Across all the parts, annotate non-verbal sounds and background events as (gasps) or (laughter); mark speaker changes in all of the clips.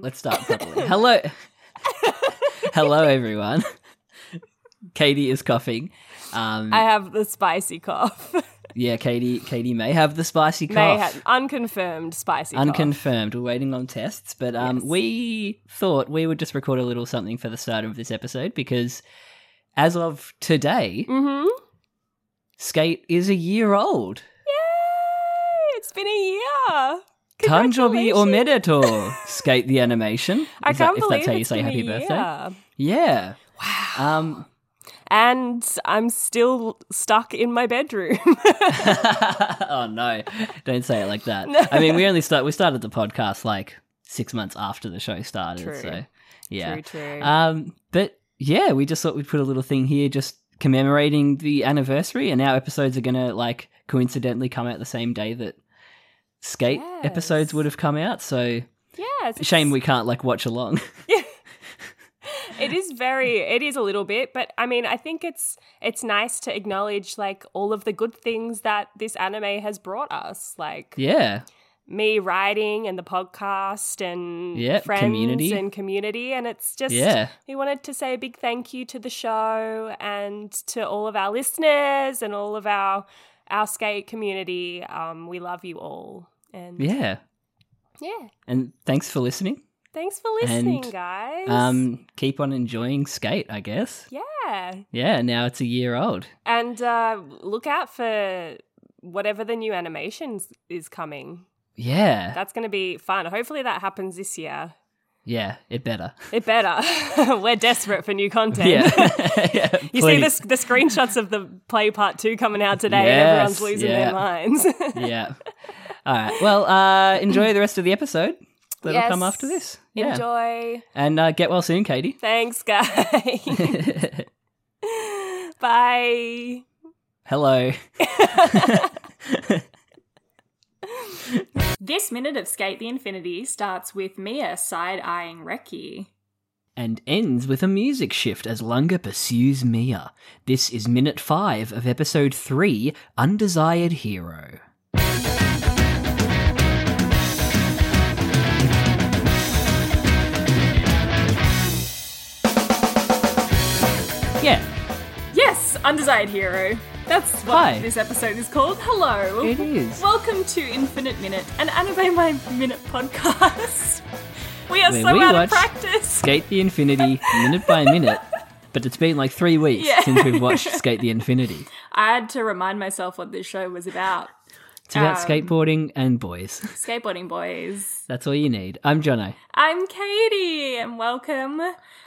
Speaker 1: Let's start properly. Hello. Hello, everyone. Katie is coughing. Um,
Speaker 2: I have the spicy cough. (laughs)
Speaker 1: yeah, Katie. Katie may have the spicy cough.
Speaker 2: May had unconfirmed spicy cough.
Speaker 1: Unconfirmed. We're waiting on tests, but um, we thought we would just record a little something for the start of this episode because, as of today,
Speaker 2: Mm-hmm.
Speaker 1: skate is a year old.
Speaker 2: Yay! It's been a year.
Speaker 1: Tanjobi
Speaker 2: Congratulations.
Speaker 1: Omedetou. skate the animation.
Speaker 2: I
Speaker 1: Is that-
Speaker 2: can't
Speaker 1: if
Speaker 2: believe
Speaker 1: that's how you
Speaker 2: it's
Speaker 1: say
Speaker 2: been
Speaker 1: happy
Speaker 2: a
Speaker 1: birthday.
Speaker 2: year.
Speaker 1: Yeah. Wow. Um,
Speaker 2: And I'm still stuck in my bedroom.
Speaker 1: oh no! Don't say it like that. I mean, we only start. We started the podcast like six months after the show started.
Speaker 2: True.
Speaker 1: So (laughs) yeah.
Speaker 2: True, true.
Speaker 1: Um, but yeah, we just thought we'd put a little thing here, just commemorating the anniversary, and our episodes are gonna like coincidentally come out the same day that skate
Speaker 2: Yes.
Speaker 1: episodes would have come out. So
Speaker 2: yes. it's-
Speaker 1: shame we can't like watch along. (laughs)
Speaker 2: It is very it is a little bit, but I mean, I think it's it's nice to acknowledge like all of the good things that this anime has brought us. Like
Speaker 1: yeah,
Speaker 2: me writing and the podcast and
Speaker 1: Yeah,
Speaker 2: friends
Speaker 1: community.
Speaker 2: and community. And it's just,
Speaker 1: Yeah.
Speaker 2: we wanted to say a big thank you to the show and to all of our listeners and all of our, our skate community. Um, we love you all. And yeah,
Speaker 1: yeah. And thanks for listening.
Speaker 2: thanks for listening,
Speaker 1: And,
Speaker 2: guys.
Speaker 1: Um, keep on enjoying skate, I guess.
Speaker 2: yeah.
Speaker 1: Yeah, now it's a year old.
Speaker 2: And uh, look out for whatever the new animations is coming.
Speaker 1: Yeah.
Speaker 2: That's going to be fun. Hopefully that happens this year.
Speaker 1: Yeah, it
Speaker 2: (laughs)
Speaker 1: better.
Speaker 2: It better. We're desperate for new content.
Speaker 1: Yeah. (laughs) yeah
Speaker 2: (laughs) You see
Speaker 1: please.
Speaker 2: this, the screenshots of the play part two coming out today, and
Speaker 1: Yes,
Speaker 2: everyone's losing
Speaker 1: yeah.
Speaker 2: their minds. (laughs)
Speaker 1: yeah. All right. Well, uh, enjoy the rest of the episode that'll come
Speaker 2: Yes.
Speaker 1: after this. Yeah.
Speaker 2: Enjoy.
Speaker 1: And uh, get well soon, Katie. (laughs)
Speaker 2: Thanks, guys. (laughs) Bye.
Speaker 1: Hello.
Speaker 2: This minute of Skate the Infinity starts with Mia side eyeing Reki.
Speaker 1: And ends with a music shift as Lunga pursues Mia. This is minute five of episode three Undesired Hero. Yeah,
Speaker 2: Yes, Undesired Hero. That's what
Speaker 1: Hi.
Speaker 2: this episode is called. Hello.
Speaker 1: It is.
Speaker 2: Welcome to Infinite Minute, an anime my minute podcast. (laughs) We are
Speaker 1: Where
Speaker 2: so
Speaker 1: we
Speaker 2: out
Speaker 1: watch
Speaker 2: of practice.
Speaker 1: Skate the Infinity minute by minute, but it's been like three weeks
Speaker 2: Yeah.
Speaker 1: since we've watched Skate the Infinity.
Speaker 2: I had to remind myself what this show was about.
Speaker 1: It's about
Speaker 2: Um,
Speaker 1: skateboarding and boys.
Speaker 2: Skateboarding boys.
Speaker 1: That's all you need. I'm Jono.
Speaker 2: I'm Katie, and welcome.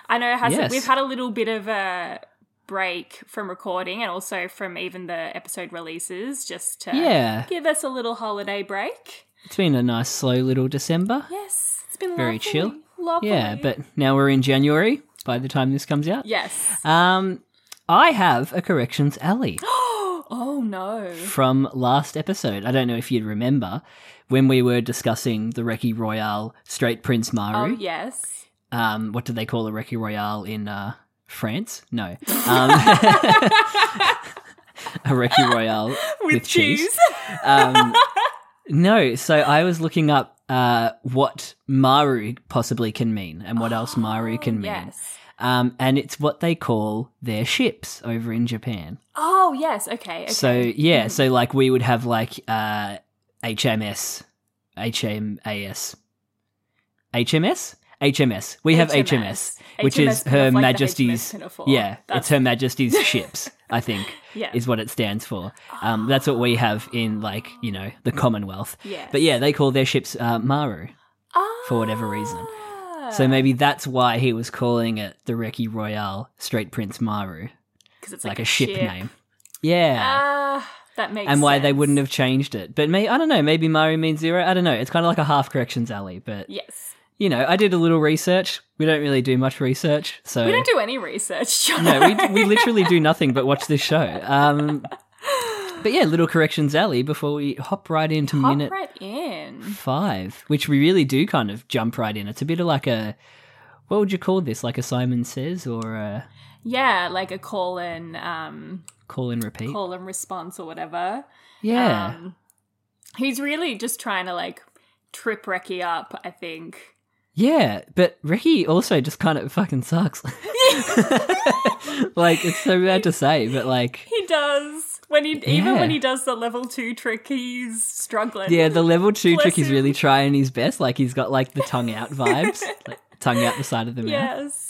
Speaker 2: I know it has
Speaker 1: Yes.
Speaker 2: we've had a little bit of a break from recording, and also from even the episode releases, just to
Speaker 1: Yeah,
Speaker 2: give us a little holiday break.
Speaker 1: it's been a nice slow little December.
Speaker 2: Yes, it's been
Speaker 1: Very
Speaker 2: lovely.
Speaker 1: chill.
Speaker 2: Lovely.
Speaker 1: Yeah, but now we're in January by the time this comes out.
Speaker 2: yes. (gasps)
Speaker 1: Um, I have a corrections alley
Speaker 2: oh no.
Speaker 1: from last episode. I don't know if you'd remember when we were discussing the Reki Royale Straight Prince
Speaker 2: Oh
Speaker 1: Maru. (laughs)
Speaker 2: yes.
Speaker 1: um, what do they call a Reki Royale in uh, France?
Speaker 2: (laughs)
Speaker 1: No. Um, (laughs) a Reki Royale with, um, no, so I was looking up uh, what Maru possibly can mean and what else Maru can mean.
Speaker 2: Oh, Yes.
Speaker 1: Um, and it's what they call their ships over in Japan.
Speaker 2: Oh yes. Okay. okay. Hmm.
Speaker 1: So, yeah, so like we would have like uh, HMS, HMAS, HMS? HMS. We have HMS, which is
Speaker 2: kind of
Speaker 1: Her
Speaker 2: like the
Speaker 1: Majesty's.
Speaker 2: HMS pinafore.
Speaker 1: yeah,
Speaker 2: That's-
Speaker 1: it's Her Majesty's ships, I think,
Speaker 2: (laughs) Yeah.
Speaker 1: is what it stands for. Um, that's what we have in, like, you know, the Commonwealth.
Speaker 2: Hmm. Yes.
Speaker 1: But yeah, they call their ships uh, Maru. for whatever reason.
Speaker 2: Ah. Uh.
Speaker 1: So maybe that's why he was calling it the Reki Royale Straight Prince Maru,
Speaker 2: because it's
Speaker 1: like, a ship, name.
Speaker 2: Ah,
Speaker 1: Yeah.
Speaker 2: That makes
Speaker 1: and why they
Speaker 2: sense.
Speaker 1: wouldn't have changed it. But may I don't know. Maybe Maru means zero. I don't know. It's kind of like a half corrections alley. But
Speaker 2: Yes.
Speaker 1: you know, I did a little research. We don't really do much research, so
Speaker 2: We don't do any research, (laughs)
Speaker 1: (laughs)
Speaker 2: John.
Speaker 1: no, we we literally do nothing but watch this show.
Speaker 2: (laughs)
Speaker 1: Um, but yeah, little corrections alley before we hop right into
Speaker 2: Hop
Speaker 1: minute
Speaker 2: right in.
Speaker 1: five, which we really do kind of jump right in. It's a bit of like a what would you call this? Like a Simon Says or a
Speaker 2: Yeah, like a call and um,
Speaker 1: call and repeat?
Speaker 2: call and response or whatever.
Speaker 1: yeah,
Speaker 2: Um, he's really just trying to like trip Reki up, I think.
Speaker 1: yeah. But Ricky also just kind of fucking sucks. (laughs) like it's so bad to say, but like
Speaker 2: He does. When he even
Speaker 1: Yeah.
Speaker 2: when he does the level two trick, he's struggling.
Speaker 1: yeah, the level two
Speaker 2: Bless
Speaker 1: trick is
Speaker 2: him.
Speaker 1: really trying his best. Like he's got like the tongue out vibes, like, tongue out the side of the mouth.
Speaker 2: yes.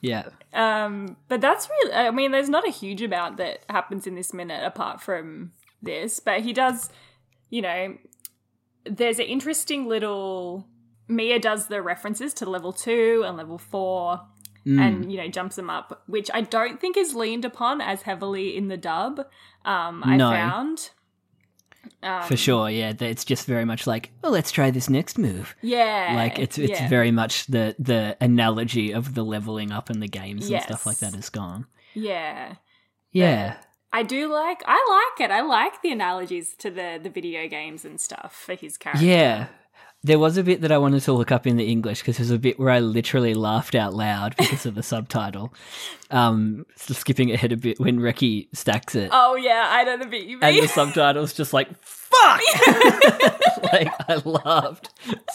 Speaker 1: Yeah.
Speaker 2: Um, but that's really. I mean, there's not a huge amount that happens in this minute apart from this, but he does. You know, there's an interesting little. Mia does the references to level two and level four,
Speaker 1: Mm.
Speaker 2: and you know jumps them up, which I don't think is leaned upon as heavily in the dub. Um, I
Speaker 1: No.
Speaker 2: found um,
Speaker 1: for sure, yeah. th- It's just very much like, well, let's try this next move.
Speaker 2: Yeah,
Speaker 1: like it's it's
Speaker 2: yeah.
Speaker 1: very much the the analogy of the leveling up in the games and
Speaker 2: Yes.
Speaker 1: stuff like that is gone.
Speaker 2: yeah.
Speaker 1: Yeah,
Speaker 2: I do like I like it. I like the analogies to the the video games and stuff for his character.
Speaker 1: yeah. There was a bit that I wanted to look up in the English because there's a bit where I literally laughed out loud (laughs) because of the subtitle. Um, s- skipping ahead a bit when Reki stacks it,
Speaker 2: Oh yeah, I know the bit you
Speaker 1: and
Speaker 2: mean.
Speaker 1: the subtitles just like fuck. (laughs) like I laughed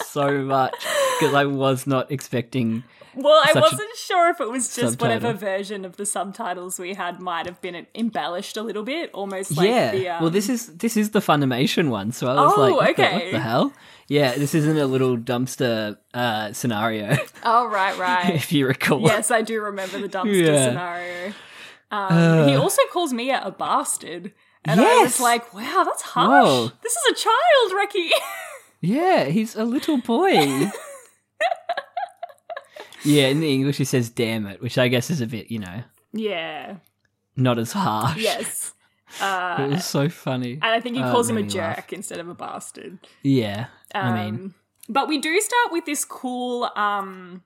Speaker 1: so much because I was not expecting.
Speaker 2: (laughs) well, I
Speaker 1: such a
Speaker 2: wasn't sure if it was just
Speaker 1: subtitle.
Speaker 2: whatever version of the subtitles we had might have been embellished a little bit, almost like
Speaker 1: yeah.
Speaker 2: the um,
Speaker 1: well, this is this is the Funimation one, so I was
Speaker 2: Oh,
Speaker 1: like, what the-
Speaker 2: okay.
Speaker 1: what the hell? Yeah, this isn't a little dumpster uh, scenario, (laughs)
Speaker 2: Oh right, right. (laughs)
Speaker 1: if you recall.
Speaker 2: yes, I do remember the dumpster
Speaker 1: Yeah. Uh.
Speaker 2: scenario. Um, he also calls Mia a bastard. And I was
Speaker 1: Yes.
Speaker 2: like, wow, that's harsh.
Speaker 1: Whoa.
Speaker 2: This is a child, Reki.
Speaker 1: Yeah, he's a little boy. yeah, in the English he says "damn it," which I guess is a bit, you know,
Speaker 2: (laughs) yeah.
Speaker 1: not as harsh.
Speaker 2: Yes.
Speaker 1: (laughs) it
Speaker 2: Uh,
Speaker 1: was so funny.
Speaker 2: and I think he
Speaker 1: Oh, it
Speaker 2: calls him a
Speaker 1: made me laugh.
Speaker 2: jerk instead of a bastard.
Speaker 1: Yeah,
Speaker 2: Um,
Speaker 1: I mean,
Speaker 2: but we do start with this cool um,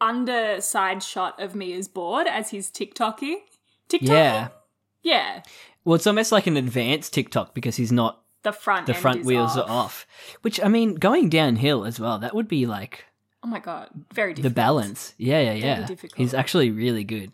Speaker 2: underside shot of Mia's board as he's TikToking. TikToking?
Speaker 1: yeah.
Speaker 2: Yeah.
Speaker 1: Well, it's almost like an advanced TikTok because he's not
Speaker 2: The front
Speaker 1: the
Speaker 2: end
Speaker 1: front
Speaker 2: is
Speaker 1: wheels
Speaker 2: off.
Speaker 1: are off. Which I mean, going downhill as well, that would be like
Speaker 2: Oh my god. Very
Speaker 1: the
Speaker 2: difficult.
Speaker 1: balance. Yeah, yeah,
Speaker 2: Very
Speaker 1: yeah.
Speaker 2: difficult.
Speaker 1: He's actually really good.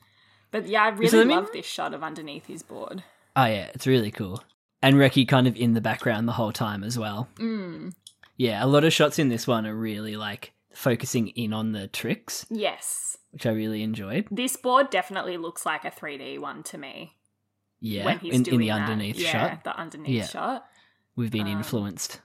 Speaker 2: But yeah, I
Speaker 1: So, I
Speaker 2: really
Speaker 1: mean-
Speaker 2: love this shot of underneath his board.
Speaker 1: Oh yeah, it's really cool. And Reki kind of in the background the whole time as well.
Speaker 2: Mm.
Speaker 1: Yeah, a lot of shots in this one are really like focusing in on the tricks,
Speaker 2: Yes.
Speaker 1: which I really enjoyed.
Speaker 2: This board definitely looks like a 3D one to me.
Speaker 1: Yeah,
Speaker 2: when he's
Speaker 1: in,
Speaker 2: doing
Speaker 1: in the
Speaker 2: that.
Speaker 1: underneath
Speaker 2: yeah,
Speaker 1: shot,
Speaker 2: the underneath
Speaker 1: Yeah.
Speaker 2: shot.
Speaker 1: we've been
Speaker 2: Um,
Speaker 1: influenced.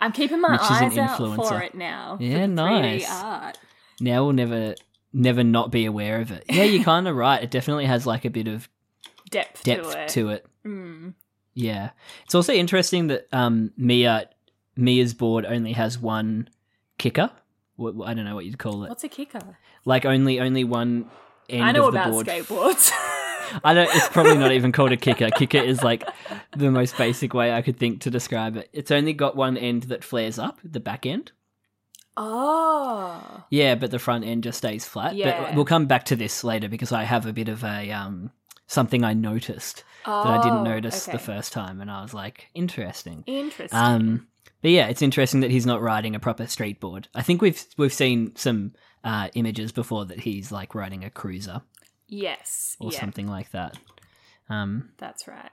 Speaker 2: I'm keeping my
Speaker 1: Mitch is an
Speaker 2: eyes out for
Speaker 1: influencer.
Speaker 2: it now. for
Speaker 1: Yeah,
Speaker 2: the 3D
Speaker 1: nice.
Speaker 2: art.
Speaker 1: Now we'll never, never not be aware of it. Yeah,
Speaker 2: (laughs)
Speaker 1: you're kind of right. It definitely has like a bit of
Speaker 2: Depth,
Speaker 1: depth
Speaker 2: to it.
Speaker 1: to it.
Speaker 2: Mm.
Speaker 1: Yeah, it's also interesting that um, Mia, Mia's board only has one kicker. Wh- wh- I don't know what you'd call it.
Speaker 2: What's a kicker?
Speaker 1: like only only one end
Speaker 2: I know
Speaker 1: of the
Speaker 2: about
Speaker 1: board. (laughs)
Speaker 2: skateboards. (laughs)
Speaker 1: I don't. It's probably not even called a kicker. kicker is like the most basic way I could think to describe it. It's only got one end that flares up, the back end.
Speaker 2: oh.
Speaker 1: Yeah, but the front end just stays flat.
Speaker 2: Yeah.
Speaker 1: But we'll come back to this later because I have a bit of a um something I noticed that I
Speaker 2: Oh,
Speaker 1: didn't notice the
Speaker 2: okay.
Speaker 1: first time, and I was like, interesting.
Speaker 2: Interesting.
Speaker 1: Um, but yeah, it's interesting that he's not riding a proper street board. I think we've we've seen some uh, images before that he's like riding a cruiser.
Speaker 2: yes.
Speaker 1: or
Speaker 2: yeah,
Speaker 1: something like that. Um,
Speaker 2: That's right.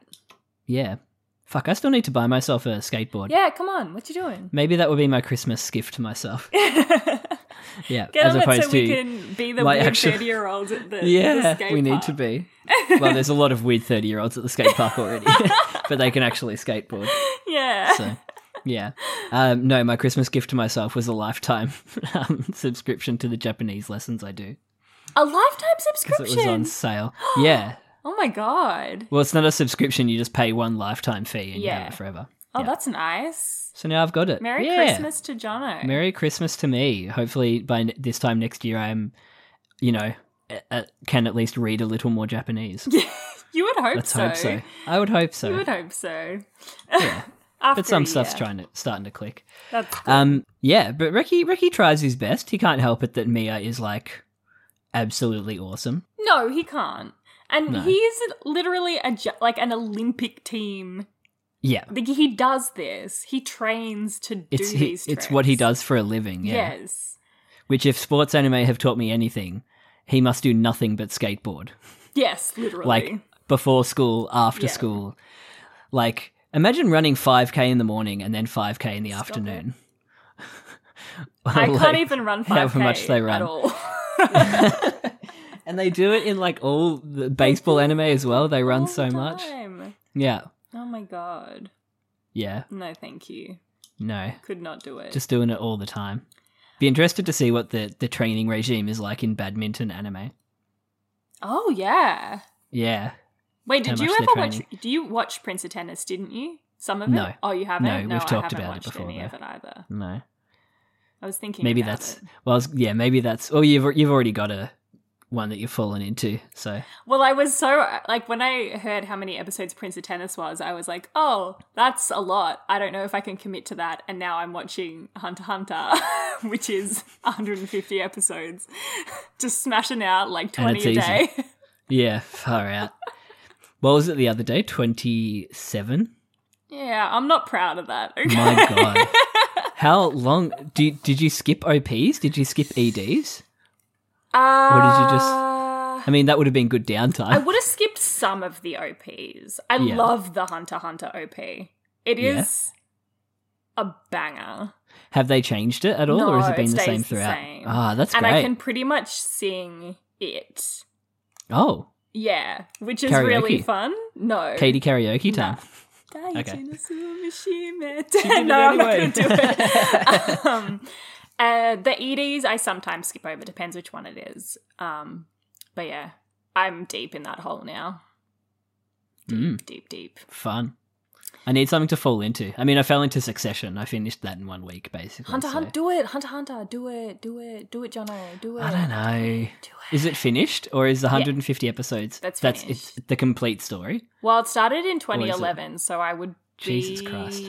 Speaker 1: yeah. Fuck, I still need to buy myself a skateboard.
Speaker 2: Yeah, come on. What you doing? (laughs)
Speaker 1: Maybe that would be my Christmas gift to myself. Yeah,
Speaker 2: Get
Speaker 1: as
Speaker 2: on it
Speaker 1: opposed
Speaker 2: so
Speaker 1: to
Speaker 2: we can be the
Speaker 1: my
Speaker 2: weird
Speaker 1: actual-
Speaker 2: 30 year olds
Speaker 1: (laughs)
Speaker 2: at the
Speaker 1: yeah,
Speaker 2: the skate
Speaker 1: we need
Speaker 2: park.
Speaker 1: to
Speaker 2: (laughs)
Speaker 1: be. Well, there's a lot of weird thirty-year-olds at the skate park already, (laughs) but they can actually skateboard.
Speaker 2: (laughs) Yeah.
Speaker 1: So, yeah. Um, no, my Christmas gift to myself was a lifetime (laughs) um, subscription to the Japanese lessons I do (laughs)
Speaker 2: A lifetime
Speaker 1: because
Speaker 2: subscription.
Speaker 1: it was on sale. Yeah.
Speaker 2: Oh my god.
Speaker 1: Well, it's not a subscription; you just pay one lifetime fee and you
Speaker 2: Yeah.
Speaker 1: have it forever.
Speaker 2: Oh,
Speaker 1: Yeah.
Speaker 2: that's nice.
Speaker 1: So now I've got it.
Speaker 2: Merry
Speaker 1: Yeah.
Speaker 2: Christmas to Jono.
Speaker 1: Merry Christmas to me. Hopefully, by n- this time next year, I'm, you know, a- a- can at least read a little more Japanese.
Speaker 2: You would hope
Speaker 1: Let's
Speaker 2: so.
Speaker 1: hope so. I would hope so.
Speaker 2: You would hope so. (laughs)
Speaker 1: Yeah.
Speaker 2: After
Speaker 1: but some
Speaker 2: a
Speaker 1: stuff's
Speaker 2: year.
Speaker 1: trying to starting to click.
Speaker 2: That's cool.
Speaker 1: Um, yeah, but Ricky Ricky tries his best. He can't help it that Mia is like absolutely awesome.
Speaker 2: no, he can't. And
Speaker 1: No.
Speaker 2: he's literally a ju- like an Olympic team.
Speaker 1: Yeah,
Speaker 2: Like he does this. He trains to
Speaker 1: it's
Speaker 2: do
Speaker 1: he-
Speaker 2: these.
Speaker 1: it's what he
Speaker 2: tricks.
Speaker 1: does for a living. Yeah.
Speaker 2: Yes.
Speaker 1: which if sports anime have taught me anything, he must do nothing but skateboard.
Speaker 2: Yes, literally.
Speaker 1: Like before school, after
Speaker 2: Yeah.
Speaker 1: school, like imagine running five k in the morning and then five k in the afternoon.
Speaker 2: (laughs) I
Speaker 1: (laughs) Like-
Speaker 2: can't even run 5K
Speaker 1: however much they
Speaker 2: at
Speaker 1: run.
Speaker 2: all.
Speaker 1: (laughs)
Speaker 2: (laughs)
Speaker 1: And they do it in like all the baseball anime as well. They (laughs) run
Speaker 2: All
Speaker 1: so
Speaker 2: the
Speaker 1: much.
Speaker 2: time.
Speaker 1: Yeah.
Speaker 2: Oh my god.
Speaker 1: Yeah.
Speaker 2: No, thank you.
Speaker 1: No.
Speaker 2: Could not do it.
Speaker 1: Just doing it all the time. Be interested to see what the, the training regime is like in badminton anime.
Speaker 2: oh yeah.
Speaker 1: Yeah.
Speaker 2: Wait, did
Speaker 1: How
Speaker 2: you
Speaker 1: much
Speaker 2: ever
Speaker 1: they're
Speaker 2: watch? Do you watch Prince of Tennis? Didn't you? Some of
Speaker 1: No.
Speaker 2: it. Oh, you haven't.
Speaker 1: No, we've
Speaker 2: I
Speaker 1: talked
Speaker 2: haven't
Speaker 1: about it
Speaker 2: watched
Speaker 1: before,
Speaker 2: any
Speaker 1: though.
Speaker 2: of it either.
Speaker 1: No.
Speaker 2: I was thinking
Speaker 1: Maybe
Speaker 2: about
Speaker 1: that's
Speaker 2: it.
Speaker 1: well it's- yeah, maybe that's oh you've you've already got a one that you've fallen into. So
Speaker 2: Well, I was so like when I heard how many episodes Prince of Tennis was, I was like, "Oh, that's a lot. I don't know if I can commit to that." And now I'm watching Hunter x Hunter, (laughs) which is 150 episodes, (laughs) just smashing out like
Speaker 1: And
Speaker 2: 20
Speaker 1: it's
Speaker 2: a
Speaker 1: easy.
Speaker 2: day. (laughs)
Speaker 1: yeah, far out. What was it the other day? Twenty seven?
Speaker 2: yeah, I'm not proud of that. Okay?
Speaker 1: My god. How long do, did you skip OPs? Did you skip E EDs?
Speaker 2: Uh,
Speaker 1: did you just- I mean, that would have been good downtime.
Speaker 2: I would have skipped some of the OPs. I
Speaker 1: Yeah.
Speaker 2: love the Hunter x Hunter OP. It
Speaker 1: Yeah.
Speaker 2: is a banger.
Speaker 1: Have they changed it at all, or has
Speaker 2: No,
Speaker 1: it been
Speaker 2: it
Speaker 1: the
Speaker 2: stays
Speaker 1: same
Speaker 2: the
Speaker 1: throughout?
Speaker 2: same.
Speaker 1: Ah, that's
Speaker 2: and
Speaker 1: great.
Speaker 2: I can pretty much sing it.
Speaker 1: Oh,
Speaker 2: Yeah, which is
Speaker 1: Karaoke.
Speaker 2: really fun. No.
Speaker 1: Katie karaoke time.
Speaker 2: Dai
Speaker 1: okay.
Speaker 2: Jinasumishime. (laughs)
Speaker 1: it
Speaker 2: no, I'm not
Speaker 1: anyway.
Speaker 2: going to do
Speaker 1: (laughs)
Speaker 2: it. um, uh, the EDs I sometimes skip over, depends which one it is. Um, but yeah, I'm deep in that hole now. Deep,
Speaker 1: Mm.
Speaker 2: deep, deep.
Speaker 1: Fun. I need something to fall into. I mean, I fell into Succession. I finished that in one week, basically.
Speaker 2: Hunter,
Speaker 1: so-
Speaker 2: Hunter, do it. Hunter, Hunter, do it. Do it. Do it, Jono. Do it.
Speaker 1: I don't know.
Speaker 2: Do it.
Speaker 1: Is it finished, or is the 150 episodes?
Speaker 2: That's
Speaker 1: it's
Speaker 2: finished.
Speaker 1: the complete story.
Speaker 2: Well, it started in
Speaker 1: it?
Speaker 2: 2011, so I would
Speaker 1: Jesus
Speaker 2: be...
Speaker 1: Christ.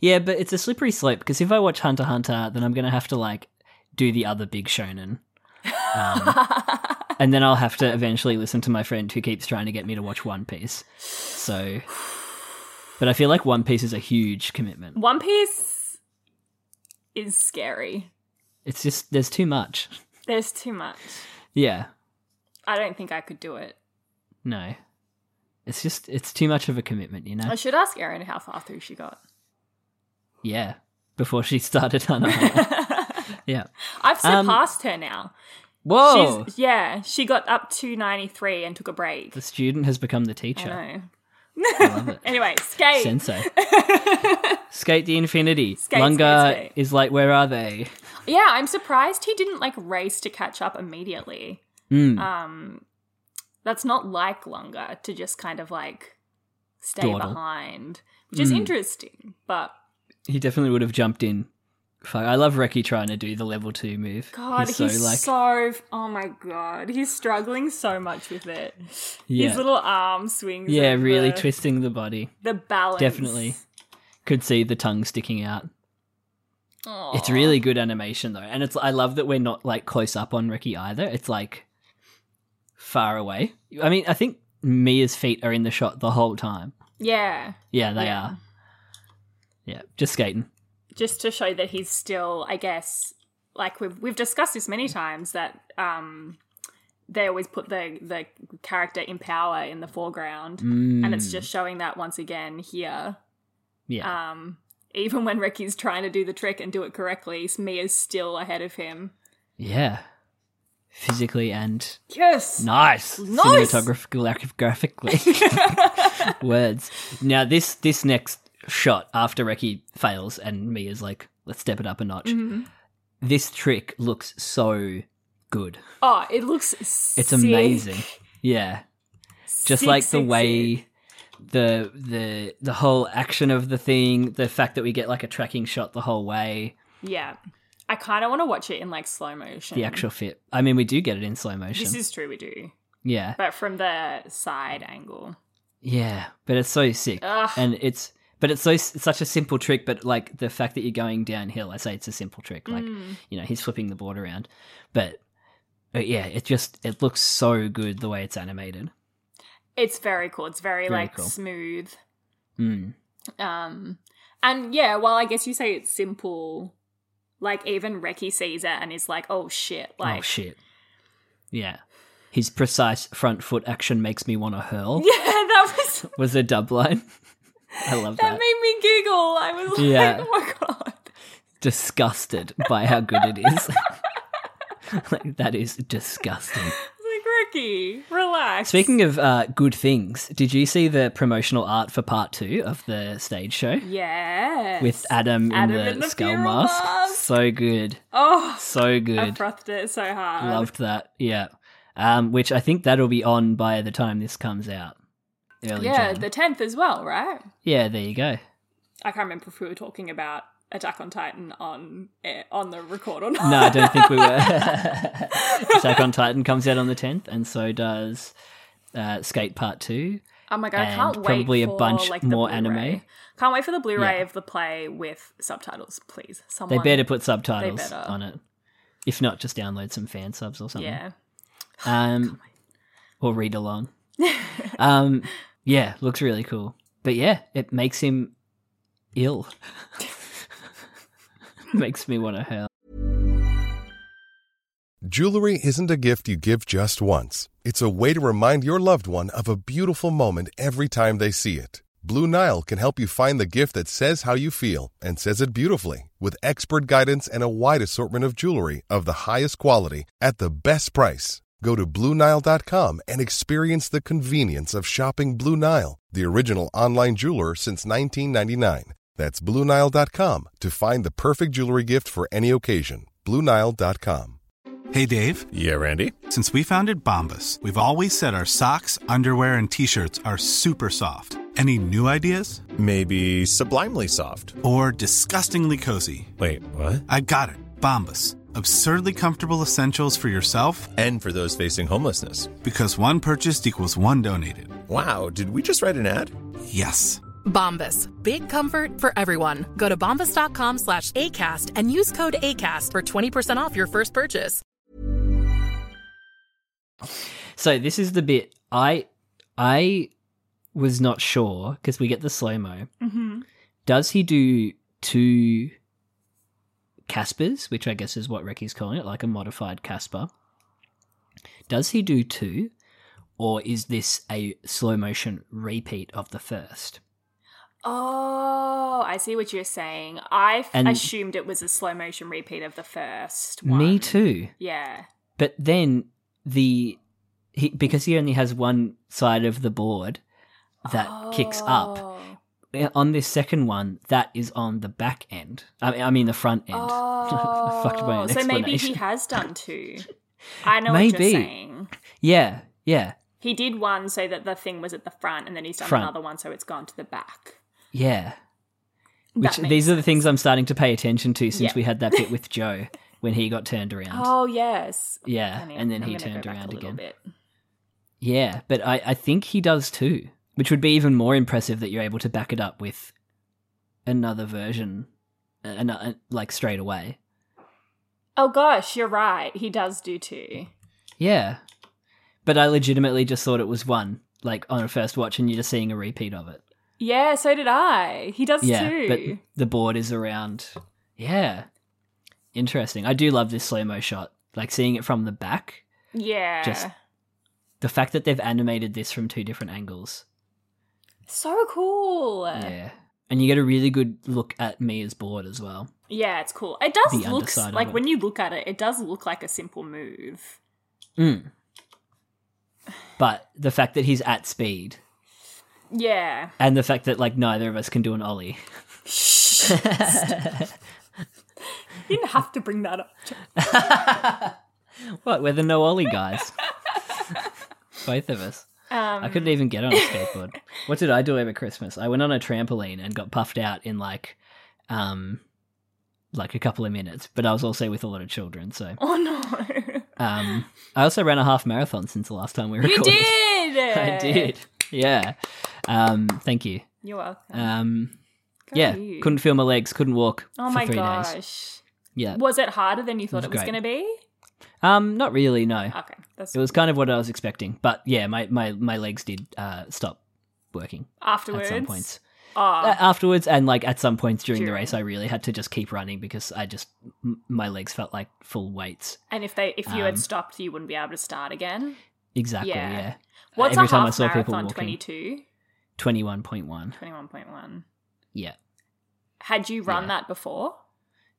Speaker 1: Yeah, but it's a slippery slope because if I watch Hunter x Hunter, then I'm gonna have to like do the other big shonen.
Speaker 2: (laughs)
Speaker 1: Um, and then I'll have to eventually listen to my friend who keeps trying to get me to watch One Piece. So, but I feel like One Piece is a huge commitment.
Speaker 2: One Piece is scary.
Speaker 1: It's just there's too much.
Speaker 2: There's too much.
Speaker 1: Yeah,
Speaker 2: I don't think I could do it.
Speaker 1: no, it's just it's too much of a commitment, you
Speaker 2: (laughs)
Speaker 1: know.
Speaker 2: I should ask Erin how far through she got.
Speaker 1: Yeah, before she started
Speaker 2: (laughs)
Speaker 1: Hunter. x Hunter.
Speaker 2: I've
Speaker 1: yeah. Um,
Speaker 2: surpassed her now.
Speaker 1: Whoa,
Speaker 2: She's, yeah, she got up to 93 and took a break.
Speaker 1: oh. the student has become the
Speaker 2: I
Speaker 1: teacher.
Speaker 2: know.
Speaker 1: love it.
Speaker 2: anyway, skate.
Speaker 1: Sensei.
Speaker 2: (laughs)
Speaker 1: Skate the infinity.
Speaker 2: Skate,
Speaker 1: Lunga
Speaker 2: skate, skate.
Speaker 1: is like, where are they?
Speaker 2: yeah, I'm surprised he didn't like race to catch up immediately.
Speaker 1: Mm.
Speaker 2: Um, that's not like Lunga to just kind of like stay
Speaker 1: Dawdle.
Speaker 2: behind, which is
Speaker 1: Mm.
Speaker 2: interesting. But
Speaker 1: he definitely would have jumped in. Fuck, I love Reki trying to do the level two move.
Speaker 2: God, he's, so, f- oh my god, he's struggling so much with it.
Speaker 1: yeah,
Speaker 2: His little arm swings.
Speaker 1: yeah,
Speaker 2: and
Speaker 1: really
Speaker 2: the,
Speaker 1: twisting the body.
Speaker 2: the balance.
Speaker 1: Definitely. Could see the tongue sticking out.
Speaker 2: Aw.
Speaker 1: It's really good animation though, and it's I love that we're not like close up on Reki either. It's like far away. I mean, I think Mia's feet are in the shot the whole time.
Speaker 2: yeah,
Speaker 1: Yeah, they
Speaker 2: Yeah.
Speaker 1: are. Yeah, just skating.
Speaker 2: just to show that he's still, I guess, like we've we've discussed this many times that um they always put the the character in power in the foreground, and it's
Speaker 1: Mm,
Speaker 2: just showing that once again here.
Speaker 1: yeah.
Speaker 2: Um, even when Ricky's trying to do the trick and do it correctly, Mia's still ahead of him.
Speaker 1: Yeah. Physically and
Speaker 2: Yes. (laughs)
Speaker 1: nice.
Speaker 2: Nice!
Speaker 1: Cinematographically. (laughs) Words. Now this this next shot after Reki fails and Mia's like, let's step it up a notch.
Speaker 2: Mhm.
Speaker 1: This trick looks so good.
Speaker 2: Oh, it looks
Speaker 1: It's amazing. Yeah. Just like the way the the the whole action of the thing, the fact that we get like a tracking shot the whole way,
Speaker 2: Yeah. I kind of want to watch it in like slow motion.
Speaker 1: the actual fit. I mean, we do get it in slow motion.
Speaker 2: This Mm-hmm. is true, we do.
Speaker 1: Yeah.
Speaker 2: but from the side angle.
Speaker 1: Yeah. But it's so sick.
Speaker 2: Ugh.
Speaker 1: and it's but it's so it's such a simple trick but like the fact that you're going downhill i say it's a simple trick like
Speaker 2: Mm.
Speaker 1: you know he's flipping the board around but but yeah it just it looks so good the way it's animated
Speaker 2: It's very cool. It's very,
Speaker 1: Very
Speaker 2: like
Speaker 1: cool.
Speaker 2: smooth.
Speaker 1: mm.
Speaker 2: Um, and yeah, while I guess you say it's simple, like even Reki sees it and is like, "Oh shit!" Like,
Speaker 1: oh shit yeah his precise front foot action makes me want to hurl
Speaker 2: (laughs) yeah, that
Speaker 1: (laughs)
Speaker 2: was
Speaker 1: was a dub line i love
Speaker 2: that
Speaker 1: that,
Speaker 2: made me giggle. I was like,
Speaker 1: Yeah.
Speaker 2: (laughs) "Oh my god!"
Speaker 1: disgusted by how good it
Speaker 2: (laughs)
Speaker 1: is (laughs) like that is disgusting
Speaker 2: I was like, "Reki, relax."
Speaker 1: Speaking of uh, good things, did you see the promotional art for part two of the stage show
Speaker 2: yes,
Speaker 1: with Adam,
Speaker 2: Adam
Speaker 1: in the,
Speaker 2: in the
Speaker 1: skull
Speaker 2: funeral
Speaker 1: mask?
Speaker 2: mask.
Speaker 1: So good,
Speaker 2: oh,
Speaker 1: so
Speaker 2: I
Speaker 1: good.
Speaker 2: frothed it so hard.
Speaker 1: Loved that. Yeah, um, which I think that'll be on by the time this comes out. Early
Speaker 2: yeah,
Speaker 1: June.
Speaker 2: the tenth as well, right?
Speaker 1: yeah. There you go.
Speaker 2: I can't remember if we were talking about Attack on Titan on air, on the record or not.
Speaker 1: No, I don't think we were. Attack on Titan comes out on the tenth, and so does uh, Skate Part Two.
Speaker 2: (laughs) Oh my god, I
Speaker 1: and
Speaker 2: can't wait
Speaker 1: probably a
Speaker 2: for
Speaker 1: bunch
Speaker 2: like, the
Speaker 1: more
Speaker 2: Blu-ray.
Speaker 1: anime.
Speaker 2: Can't wait for the Blu-ray
Speaker 1: Yeah.
Speaker 2: of the play with subtitles, please.
Speaker 1: They
Speaker 2: Someone
Speaker 1: better put subtitles
Speaker 2: better.
Speaker 1: on it. If not, just download some fan subs or something.
Speaker 2: Yeah.
Speaker 1: (sighs) um, or read along. um, yeah, looks really cool. But yeah, it makes him ill. (laughs) makes me want to hurl.
Speaker 3: Jewelry isn't a gift you give just once. It's a way to remind your loved one of a beautiful moment every time they see it. Blue Nile can help you find the gift that says how you feel and says it beautifully with expert guidance and a wide assortment of jewelry of the highest quality at the best price. Go to BlueNile.com and experience the convenience of shopping Blue Nile, the original online jeweler since 1999. That's BlueNile.com to find the perfect jewelry gift for any occasion. BlueNile.com.
Speaker 4: Hey Dave,
Speaker 5: Yeah, Randy.
Speaker 4: since we founded Bombus, we've always said our socks, underwear, and t shirts are super soft. Any new ideas?
Speaker 5: Maybe sublimely soft.
Speaker 4: Or disgustingly cozy?
Speaker 5: Wait, what?
Speaker 4: I got it, Bombus. Absurdly comfortable essentials for yourself
Speaker 5: And for those facing homelessness.
Speaker 4: because one purchased equals one donated.
Speaker 5: Wow, did we just write an ad?
Speaker 4: Yes.
Speaker 6: Bombas. Big comfort for everyone. Go to bombas.com slash ACAST and use code ACAST for 20% off your first purchase.
Speaker 1: So this is the bit I I was not sure because we get the slow mo.
Speaker 2: Mm-hmm.
Speaker 1: Does he do two Caspers, which I guess is what Reki's calling it, like a modified Casper? Does he do two, or is this a slow motion repeat of the first?
Speaker 2: Oh, I see what you're saying. I f-
Speaker 1: And-
Speaker 2: assumed it was a slow motion repeat of the first one.
Speaker 1: Me too.
Speaker 2: Yeah.
Speaker 1: But then the he because he only has one side of the board that kicks up
Speaker 2: Oh.
Speaker 1: on this second one that is on the back end. I mean, I mean the front end. (laughs) I Fucked my
Speaker 2: Oh,
Speaker 1: own
Speaker 2: so maybe he
Speaker 1: explanation. (laughs)
Speaker 2: has done two. I know what
Speaker 1: Maybe.
Speaker 2: you're saying.
Speaker 1: Yeah, yeah,
Speaker 2: He did one so that the thing was at the front, and then he's done
Speaker 1: Front.
Speaker 2: another one so it's gone to the back.
Speaker 1: yeah. Which
Speaker 2: That makes
Speaker 1: these are the
Speaker 2: sense.
Speaker 1: things I'm starting to pay attention to since
Speaker 2: Yeah.
Speaker 1: we had that bit
Speaker 2: (laughs)
Speaker 1: with Joe when he got turned around.
Speaker 2: Oh yes.
Speaker 1: yeah,
Speaker 2: I mean,
Speaker 1: and then
Speaker 2: I'm
Speaker 1: he
Speaker 2: gonna go
Speaker 1: turned
Speaker 2: back a
Speaker 1: around
Speaker 2: little
Speaker 1: again.
Speaker 2: bit.
Speaker 1: Yeah, but I, I think he does too, which would be even more impressive that you're able to back it up with another version, uh, an- uh, like straight away.
Speaker 2: Oh gosh, you're right. He does do two.
Speaker 1: Yeah, but I legitimately just thought it was one, like on a first watch, and you're just seeing a repeat of it.
Speaker 2: Yeah, so did I. He does
Speaker 1: yeah,
Speaker 2: two.
Speaker 1: but the board is around. Yeah, interesting. I do love this slow mo shot, like seeing it from the back.
Speaker 2: yeah.
Speaker 1: just- The fact that they've animated this from two different angles.
Speaker 2: so cool.
Speaker 1: Yeah. And you get a really good look at Mia's board as well.
Speaker 2: Yeah, it's cool. It does
Speaker 1: The
Speaker 2: look
Speaker 1: underside of
Speaker 2: like
Speaker 1: it.
Speaker 2: when you look at it, it does look like a simple move.
Speaker 1: Mm. But the fact that he's at speed (laughs)
Speaker 2: Yeah.
Speaker 1: and the fact that like neither of us can do an
Speaker 2: (laughs)
Speaker 1: ollie.
Speaker 2: You didn't have to bring that up.
Speaker 1: What? We're the no ollie guys. Both of us.
Speaker 2: Um,
Speaker 1: I couldn't even get on a skateboard. what did I do over Christmas? I went on a trampoline and got puffed out in like um like a couple of minutes, but I was also with a lot of children, so
Speaker 2: oh no. (laughs)
Speaker 1: Um, I also ran a half marathon since the last time we
Speaker 2: You
Speaker 1: recorded. (laughs)
Speaker 2: did.
Speaker 1: I did. Yeah. Um, thank you.
Speaker 2: You're welcome.
Speaker 1: Um,
Speaker 2: Go
Speaker 1: yeah.
Speaker 2: you.
Speaker 1: Couldn't feel my legs. Couldn't walk
Speaker 2: Oh
Speaker 1: for
Speaker 2: my
Speaker 1: three
Speaker 2: gosh.
Speaker 1: days. Yeah.
Speaker 2: Was it harder than you thought
Speaker 1: was
Speaker 2: it was
Speaker 1: great.
Speaker 2: going to be?
Speaker 1: Um, not really. No.
Speaker 2: Okay, that's
Speaker 1: It was kind of what I was expecting, but yeah, my my my legs did uh, stop working
Speaker 2: afterwards.
Speaker 1: at some points.
Speaker 2: Ah,
Speaker 1: Uh, afterwards, and like at some points during the
Speaker 2: During.
Speaker 1: race, I really had to just keep running because I just m- my legs felt like full weights.
Speaker 2: and if they if you had
Speaker 1: um,
Speaker 2: stopped, you wouldn't be able to start again.
Speaker 1: Exactly.
Speaker 2: Yeah.
Speaker 1: Yeah.
Speaker 2: What's
Speaker 1: Every
Speaker 2: a
Speaker 1: time I
Speaker 2: half
Speaker 1: saw people
Speaker 2: marathon?
Speaker 1: walking.
Speaker 2: 22?
Speaker 1: Twenty-one point one.
Speaker 2: 21.1.
Speaker 1: Yeah.
Speaker 2: Had you run
Speaker 1: Yeah.
Speaker 2: that before?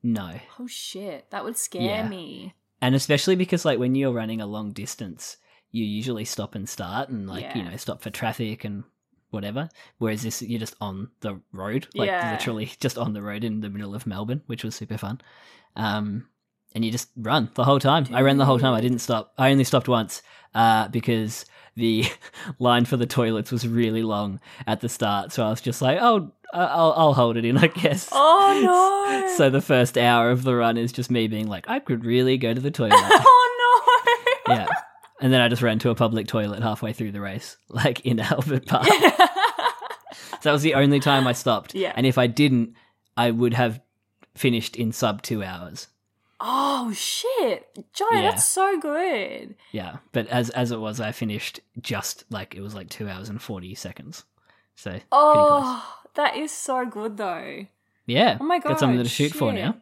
Speaker 1: No.
Speaker 2: Oh shit, that would scare
Speaker 1: Yeah.
Speaker 2: me.
Speaker 1: (laughs) And especially because like when you're running a long distance, you usually stop and start and like you
Speaker 2: Yeah.
Speaker 1: know stop for traffic and whatever. Whereas this, you're just on the road, like
Speaker 2: Yeah.
Speaker 1: literally (laughs) just on the road in the middle of Melbourne, which was super fun. Um, and you just run the whole time. I ran the whole time. I didn't stop. I only stopped once uh, because the (laughs) line for the toilets was really long at the start. So I was just like, oh, I- I'll, I'll hold it in,
Speaker 2: (laughs)
Speaker 1: I guess.
Speaker 2: Oh, no.
Speaker 1: (laughs) so the first hour of the run is just me being like, I could really go to the toilet. (laughs)
Speaker 2: oh no.
Speaker 1: yeah. And then I just ran to a public toilet halfway through the race, (laughs) like in Albert Park. So that was the only time I stopped.
Speaker 2: Yeah.
Speaker 1: And if I didn't, I would have finished in sub two hours.
Speaker 2: oh shit. Johnny,
Speaker 1: Yeah.
Speaker 2: that's so good.
Speaker 1: Yeah. But as as it was, I finished just like it was like two hours and forty seconds. So pretty close.
Speaker 2: Oh, that is so good though.
Speaker 1: yeah.
Speaker 2: Oh my god.
Speaker 1: Got something to shoot for
Speaker 2: shit.
Speaker 1: now.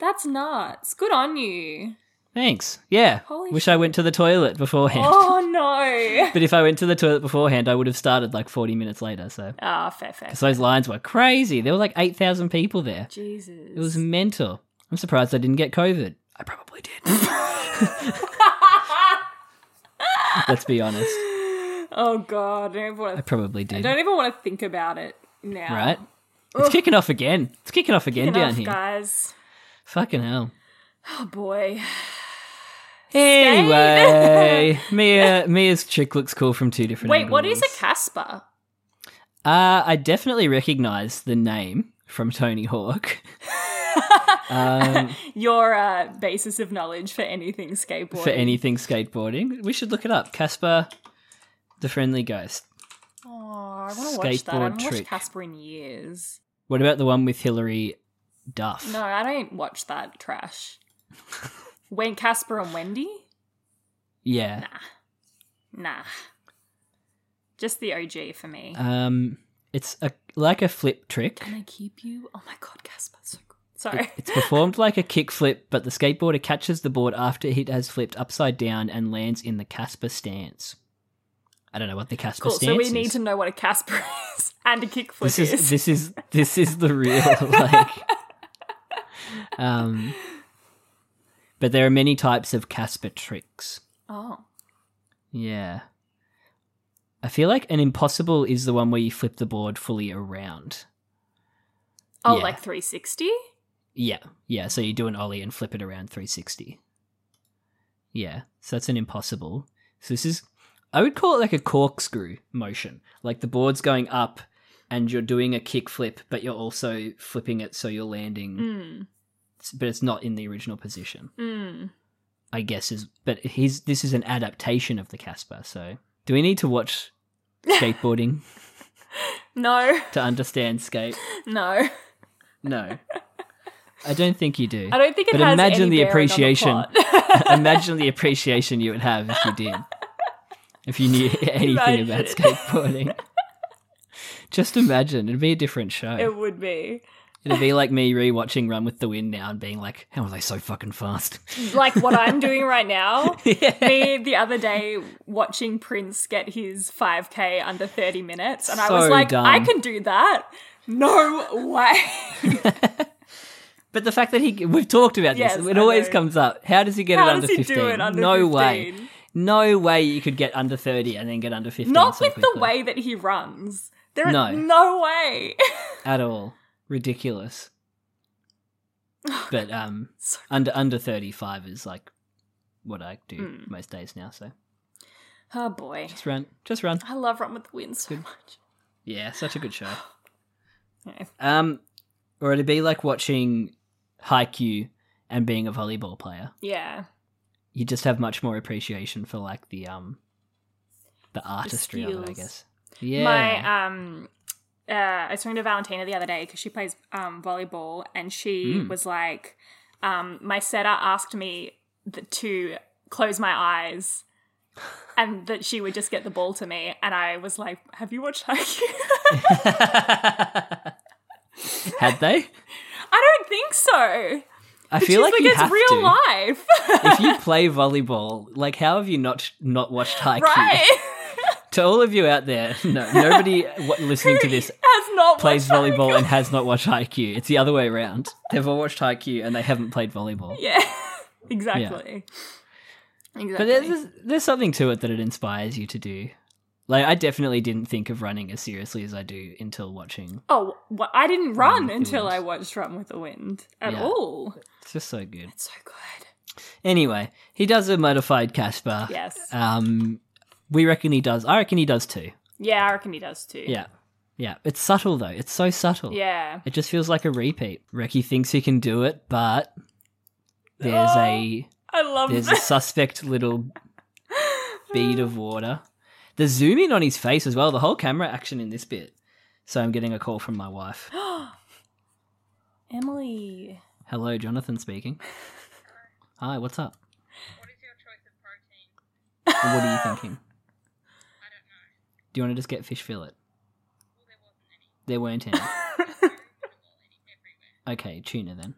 Speaker 2: That's nuts. Good
Speaker 1: (laughs)
Speaker 2: on you.
Speaker 1: Thanks. Yeah.
Speaker 2: Holy
Speaker 1: Wish I went to the toilet beforehand.
Speaker 2: Oh (laughs) no.
Speaker 1: (laughs) But if I went to the toilet beforehand, I would have started like forty minutes later. So
Speaker 2: Ah, fair, fair.
Speaker 1: because those lines were crazy. There were like eight thousand people there.
Speaker 2: Jesus.
Speaker 1: It was mental. I'm surprised I didn't get COVID. I probably did. (laughs)
Speaker 2: (laughs)
Speaker 1: Let's be honest.
Speaker 2: oh god. I don't even want
Speaker 1: I
Speaker 2: to,
Speaker 1: probably
Speaker 2: I
Speaker 1: did.
Speaker 2: don't even want to think about it now.
Speaker 1: Right? It's kicking off again. It's kicking off again down
Speaker 2: Enough,
Speaker 1: here.
Speaker 2: guys.
Speaker 1: Fucking hell.
Speaker 2: Oh boy. (sighs) (laughs)
Speaker 1: Anyway, Mia Mia's chick looks cool from two different.
Speaker 2: Wait, what is a
Speaker 1: angles.
Speaker 2: Casper?
Speaker 1: Uh, I definitely recognise the name from Tony Hawk. (laughs) um,
Speaker 2: (laughs) Your uh, basis of knowledge for anything skateboarding.
Speaker 1: for anything skateboarding, we should look it up. Casper, the friendly ghost.
Speaker 2: Oh, I want to watch that. I
Speaker 1: Skateboard
Speaker 2: haven't watched
Speaker 1: trick.
Speaker 2: Casper in years.
Speaker 1: What about the one with Hilary Duff?
Speaker 2: No, I don't watch
Speaker 1: (laughs)
Speaker 2: that trash. when Casper and Wendy?
Speaker 1: Yeah.
Speaker 2: Nah. Just the OG for me.
Speaker 1: Um, it's a like a flip trick.
Speaker 2: Can I keep you? Oh my god, Casper, so good. Sorry.
Speaker 1: It's performed like a kick flip, but the skateboarder catches the board after it has flipped upside down and lands in the Casper stance. I don't know what the Casper
Speaker 2: cool.
Speaker 1: stance
Speaker 2: So we
Speaker 1: is.
Speaker 2: need to know what a Casper (laughs) is and a kickflip
Speaker 1: this is, this is this is the
Speaker 2: (laughs)
Speaker 1: real like. Um, but there are many types of Casper tricks.
Speaker 2: oh.
Speaker 1: Yeah. I feel like an impossible is the one where you flip the board fully around.
Speaker 2: Oh,
Speaker 1: Yeah.
Speaker 2: like 360?
Speaker 1: Yeah, yeah. So you do an ollie and flip it around 360. Yeah, so that's an impossible. So this is, I would call it like a corkscrew motion. Like the board's going up, and you're doing a kick flip, but you're also flipping it so you're landing,
Speaker 2: Mm.
Speaker 1: s- but it's not in the original position.
Speaker 2: Mm.
Speaker 1: I guess is, but he's this is an adaptation of the Casper. So do we need to
Speaker 2: (laughs)
Speaker 1: watch skateboarding
Speaker 2: No. (laughs)
Speaker 1: to understand skate?
Speaker 2: No.
Speaker 1: No, I don't think you do.
Speaker 2: I don't think it
Speaker 1: But
Speaker 2: has
Speaker 1: imagine
Speaker 2: any
Speaker 1: the
Speaker 2: bearing on
Speaker 1: appreciation.
Speaker 2: the plot. (laughs)
Speaker 1: imagine the appreciation you would have if you did. If you knew (laughs) anything
Speaker 2: Imagine
Speaker 1: about
Speaker 2: it.
Speaker 1: skateboarding. Just imagine. It'd be a different show.
Speaker 2: it would be.
Speaker 1: It'd be like me rewatching Run with the Wind now and being like, how are they so fucking
Speaker 2: (laughs)
Speaker 1: fast?
Speaker 2: Like what I'm doing right now.
Speaker 1: (laughs) yeah.
Speaker 2: Me the other day watching Prince get his 5k under 30 minutes, and I
Speaker 1: So
Speaker 2: was like,
Speaker 1: dumb.
Speaker 2: I can do that. No way.
Speaker 1: But the fact that he, we've talked about
Speaker 2: Yes,
Speaker 1: this, it
Speaker 2: I
Speaker 1: always
Speaker 2: know.
Speaker 1: comes up. How does he get
Speaker 2: How
Speaker 1: it under
Speaker 2: does he
Speaker 1: 15?
Speaker 2: do it under
Speaker 1: no
Speaker 2: 15?
Speaker 1: way. No way you could get under 30 and then get under 15.
Speaker 2: Not
Speaker 1: so
Speaker 2: with the
Speaker 1: quickly.
Speaker 2: way that he runs. There is
Speaker 1: No.
Speaker 2: no, way. (laughs)
Speaker 1: At all. Ridiculous. But, um,
Speaker 2: So-
Speaker 1: under under 35 is like what I do
Speaker 2: Mm.
Speaker 1: most days now. So
Speaker 2: oh boy.
Speaker 1: just run, just run.
Speaker 2: I love Run with the Wind so
Speaker 1: Good.
Speaker 2: much.
Speaker 1: Yeah, such a good show.
Speaker 2: (sighs) Yeah.
Speaker 1: Um, or it'd be like watching Haikyuu and being a volleyball player.
Speaker 2: Yeah.
Speaker 1: you just have much more appreciation for like the um the artistry of it, I
Speaker 2: skills.
Speaker 1: guess. Yeah.
Speaker 2: My um uh I was talking to Valentina the other day because she plays um volleyball and she
Speaker 1: Hmm.
Speaker 2: was like um my setter asked me th- to close my
Speaker 1: (laughs)
Speaker 2: eyes and that she would just get the ball to me and I was like have you watched Haikyuu? (laughs) uh,
Speaker 1: Had they?
Speaker 2: I don't think so. (laughs)
Speaker 1: I feel like,
Speaker 2: She's
Speaker 1: you
Speaker 2: it's
Speaker 1: have
Speaker 2: real
Speaker 1: to.
Speaker 2: life. (laughs)
Speaker 1: if you play volleyball, like how have you not not watched Haikyuu?
Speaker 2: (laughs) right.
Speaker 1: To all of you out there, (laughs) no,
Speaker 2: (laughs)
Speaker 1: nobody w- listening to this
Speaker 2: Has not
Speaker 1: plays
Speaker 2: watched
Speaker 1: volleyball
Speaker 2: Haikyuu.
Speaker 1: and has not watched Haikyuu. It's the other way around. They've all watched Haikyuu and they haven't played volleyball.
Speaker 2: (laughs) Yeah. (laughs) exactly. Exactly.
Speaker 1: But there's, there's there's something to it that it inspires you to do. Like I definitely didn't think of running as seriously as I do until watching.
Speaker 2: Oh, well, I didn't run
Speaker 1: with the
Speaker 2: until
Speaker 1: Wind.
Speaker 2: I watched Run with the Wind at
Speaker 1: Yeah.
Speaker 2: all.
Speaker 1: It's just so good.
Speaker 2: So good.
Speaker 1: Anyway, he does a modified Caspar.
Speaker 2: Yes.
Speaker 1: (laughs) Um, we reckon he does. I reckon he does too.
Speaker 2: Yeah, I reckon he does too.
Speaker 1: Yeah. Yeah. It's subtle though. It's so subtle.
Speaker 2: Yeah.
Speaker 1: It just feels like a repeat. Reki thinks he can do it, but there's a
Speaker 2: I love
Speaker 1: there's a
Speaker 2: that. (laughs)
Speaker 1: suspect little bead of water. The zoom in on his face as well, the whole camera action in this bit. So I'm getting a call from my wife.
Speaker 2: Emily.
Speaker 1: Hello, Jonathan speaking. Hi, what's up? What is your choice of protein? what are you thinking? I don't (laughs) know. Do you want to just get fish fillet? there wasn't any. (laughs) There weren't any. okay, tuna then.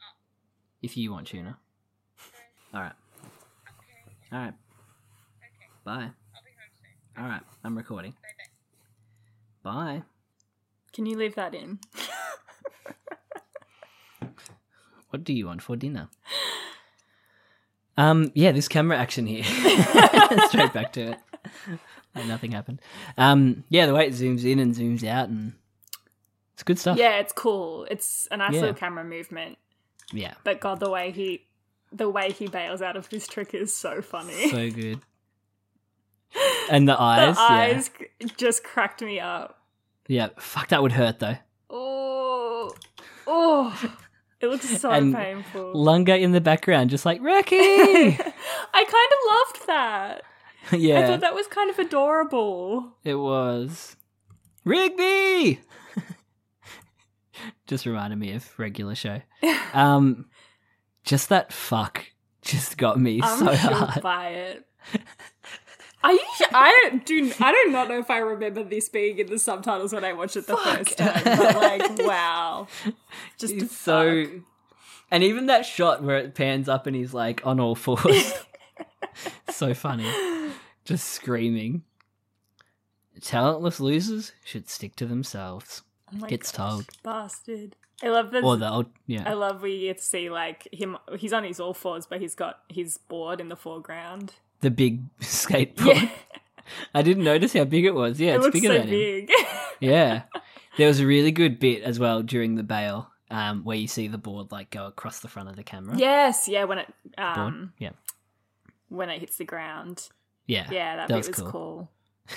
Speaker 1: Oh. If you want tuna. All right. All right. Bye. All right, I'm recording. Bye.
Speaker 2: Can you leave that in?
Speaker 1: What do you want for dinner? Um, yeah, this camera action (laughs) here. Straight back to it. Like nothing happened. Um, yeah, the way it zooms in and zooms out and it's good stuff.
Speaker 2: yeah, it's cool. It's a nice
Speaker 1: Oh. Yeah.
Speaker 2: little camera movement.
Speaker 1: (laughs) Yeah.
Speaker 2: But God, the way he the way he bails out of this trick is so funny.
Speaker 1: So good. And the
Speaker 2: (laughs) the
Speaker 1: eyes.
Speaker 2: eyes, c- just cracked me up.
Speaker 1: Yeah. yeah. Fuck that would hurt though.
Speaker 2: Oh, oh, it looks so
Speaker 1: And
Speaker 2: painful.
Speaker 1: Lunga in the background, just like (laughs) Reki
Speaker 2: (laughs) I kind of loved that. I
Speaker 1: Yeah.
Speaker 2: thought that was kind of adorable.
Speaker 1: It was Rigby. (laughs) just reminded me of regular
Speaker 2: (laughs)
Speaker 1: show. Um, just that fuck just got me
Speaker 2: I'm
Speaker 1: so
Speaker 2: sure
Speaker 1: hard.
Speaker 2: by
Speaker 1: (laughs)
Speaker 2: it. Are you? su- I don't do. I do not know if I remember this being in the subtitles when I watched it the first time.
Speaker 1: (laughs)
Speaker 2: But like, wow, just
Speaker 1: He's
Speaker 2: so.
Speaker 1: so, and even that shot where it pans up and he's like on all
Speaker 2: (laughs)
Speaker 1: fours, so funny, just screaming. Talentless losers should stick to themselves. Gets told,
Speaker 2: bastard. I love this.
Speaker 1: or the old yeah.
Speaker 2: I love we get to see like him. He's on his all fours, but he's got his board in
Speaker 1: (laughs)
Speaker 2: the foreground.
Speaker 1: the big skateboard.
Speaker 2: (laughs) Yeah,
Speaker 1: I didn't notice how big it was. Yeah,
Speaker 2: it
Speaker 1: it's
Speaker 2: looks
Speaker 1: bigger
Speaker 2: so
Speaker 1: than him.
Speaker 2: big. (laughs)
Speaker 1: Yeah. There was a really good bit as well during the bail um, where you see the board like go across the front of the camera.
Speaker 2: yes, yeah. When it
Speaker 1: Board.
Speaker 2: um
Speaker 1: yeah.
Speaker 2: when it hits the ground,
Speaker 1: Yeah.
Speaker 2: yeah, that, bit was cool.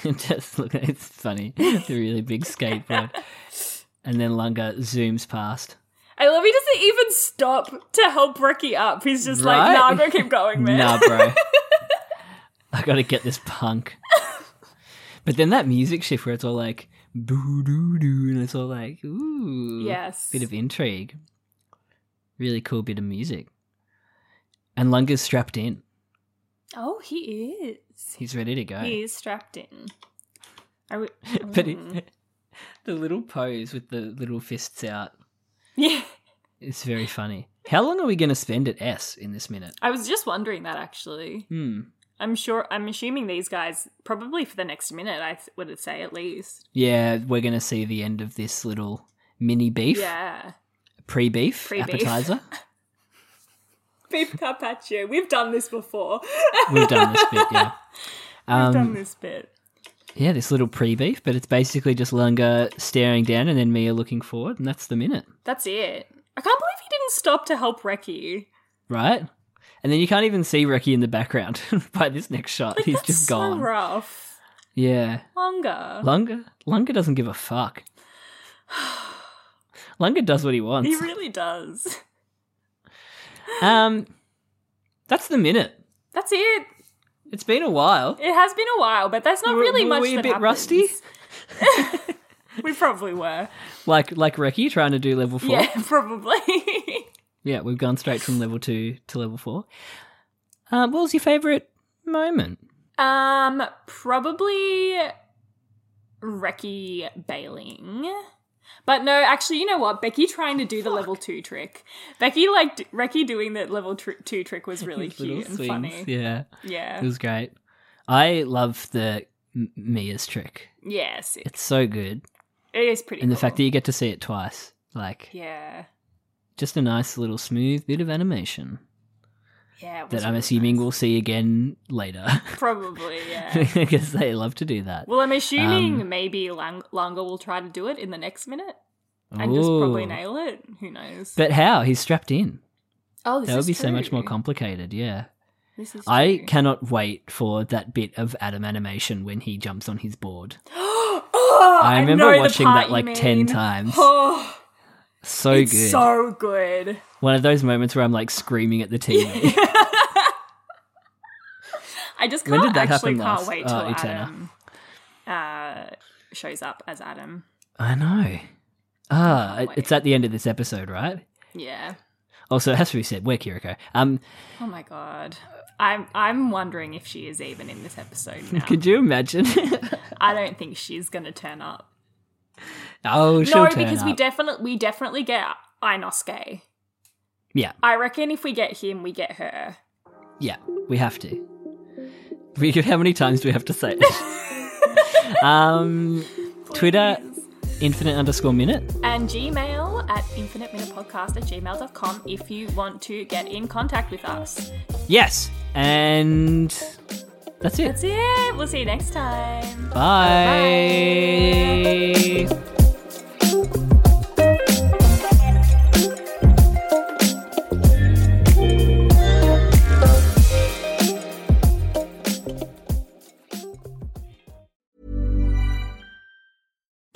Speaker 1: (laughs) Just look, it's funny. The really
Speaker 2: (laughs)
Speaker 1: big skateboard. and then Lunga zooms past.
Speaker 2: I love he doesn't even stop to help Ricky up. He's just
Speaker 1: Right?
Speaker 2: like, nah, I'm gonna keep going, man. (laughs)
Speaker 1: Nah, bro. I gotta get this punk. But then that music shift where it's all like boo doo doo and it's all like ooh
Speaker 2: Yes.
Speaker 1: bit of intrigue. Really cool bit of music. And Lunga's strapped in.
Speaker 2: Oh, he is.
Speaker 1: He's ready to go.
Speaker 2: He is strapped in. I would.
Speaker 1: (laughs)
Speaker 2: mm.
Speaker 1: but
Speaker 2: Mm-hmm.
Speaker 1: it, the little pose with the little fists out
Speaker 2: yeah,
Speaker 1: is very funny. How long are we going to spend at S in this minute?
Speaker 2: I was just wondering that actually.
Speaker 1: Hmm.
Speaker 2: I'm sure. I'm assuming these guys probably for the next minute. I th- would say at least.
Speaker 1: Yeah, we're going to see the end of this little mini beef,
Speaker 2: Yeah.
Speaker 1: pre beef,
Speaker 2: Pre-beef. (laughs)
Speaker 1: appetizer.
Speaker 2: Beef carpaccio. We've done this before.
Speaker 1: We've done this bit, yeah. Um,
Speaker 2: (laughs) We've done this bit.
Speaker 1: Yeah, this little pre beef, but it's basically just Lunga staring down and then Mia looking forward, and that's the minute,
Speaker 2: That's it. I can't believe he didn't stop to help Reki.
Speaker 1: right? And then you can't even see Reki in the background (laughs) by this next shot.
Speaker 2: Like,
Speaker 1: He's
Speaker 2: that's
Speaker 1: just
Speaker 2: so
Speaker 1: gone.
Speaker 2: rough.
Speaker 1: Yeah.
Speaker 2: Longer.
Speaker 1: Lunga Lunga doesn't give a fuck. Lunga does what he wants.
Speaker 2: He really does.
Speaker 1: um That's the minute.
Speaker 2: (laughs) That's it.
Speaker 1: It's been a while.
Speaker 2: It has been a while, but that's not
Speaker 1: Were-
Speaker 2: really
Speaker 1: were
Speaker 2: much.
Speaker 1: we a
Speaker 2: that
Speaker 1: bit
Speaker 2: happens.
Speaker 1: rusty?
Speaker 2: (laughs) We probably were.
Speaker 1: Like like Reki trying to do level four.
Speaker 2: Yeah, (laughs) probably.
Speaker 1: Yeah, we've gone straight from level two to level four. Um, what was your favourite moment?
Speaker 2: Um, probably Reki bailing. But no, actually, you know what? Becky trying to do the level two trick. Becky like d- Reki doing the level tr- two trick was really
Speaker 1: These little
Speaker 2: cute and
Speaker 1: swings.
Speaker 2: funny.
Speaker 1: Yeah,
Speaker 2: Yeah.
Speaker 1: it was great. I love the M- Mia's trick.
Speaker 2: Yes, it,
Speaker 1: It's so good,
Speaker 2: it is pretty.
Speaker 1: and the
Speaker 2: cool.
Speaker 1: fact that you get to see it twice, like
Speaker 2: yeah,
Speaker 1: just a nice little smooth bit of animation
Speaker 2: yeah, it was
Speaker 1: that I'm
Speaker 2: really
Speaker 1: assuming
Speaker 2: nice.
Speaker 1: we'll see again later
Speaker 2: probably
Speaker 1: (laughs)
Speaker 2: yeah.
Speaker 1: because they love to do that.
Speaker 2: well, I'm assuming
Speaker 1: Um,
Speaker 2: maybe Lang- Langa will try to do it in the next minute and just probably
Speaker 1: Ooh.
Speaker 2: nail it. Who knows?
Speaker 1: But how he's strapped in?
Speaker 2: oh, this
Speaker 1: that would
Speaker 2: is
Speaker 1: be so much
Speaker 2: true.
Speaker 1: more complicated. Yeah.
Speaker 2: This is
Speaker 1: I
Speaker 2: true.
Speaker 1: cannot wait for that bit of Adam animation when he jumps on his board.
Speaker 2: (gasps) oh,
Speaker 1: I remember
Speaker 2: know the
Speaker 1: watching
Speaker 2: part
Speaker 1: that
Speaker 2: you
Speaker 1: like 10
Speaker 2: mean.
Speaker 1: times.
Speaker 2: (gasps) Oh,
Speaker 1: So
Speaker 2: it's
Speaker 1: good.
Speaker 2: so good.
Speaker 1: One of those moments where I'm like screaming at the
Speaker 2: (laughs)
Speaker 1: TV.
Speaker 2: I just
Speaker 1: When
Speaker 2: can't
Speaker 1: did that happen
Speaker 2: actually
Speaker 1: last?
Speaker 2: can't wait
Speaker 1: Uh,
Speaker 2: till
Speaker 1: Etana.
Speaker 2: Adam uh, shows up as Adam.
Speaker 1: (laughs) I know. Ah,
Speaker 2: Can't
Speaker 1: it- it's
Speaker 2: wait.
Speaker 1: at the end of this episode, right?
Speaker 2: Yeah.
Speaker 1: Also, it has to be said, we're Kiriko. Um,
Speaker 2: Oh my god. I'm I'm wondering if she is even in this episode now.
Speaker 1: (laughs) Could you imagine? (laughs)
Speaker 2: I don't think she's gonna turn up.
Speaker 1: oh, she'll
Speaker 2: no,
Speaker 1: turn
Speaker 2: because we
Speaker 1: up.
Speaker 2: definitely we definitely get Inosuke.
Speaker 1: yeah,
Speaker 2: I reckon if we get him, we get her.
Speaker 1: yeah, we have to. We how many times do we have to say it? (laughs) um, Twitter, infinite underscore minute.
Speaker 2: and gmail at infiniteminutepodcast at gmail.com if you want to get in contact with us.
Speaker 1: Yes, and that's it.
Speaker 2: That's it. We'll see you next time.
Speaker 1: Bye.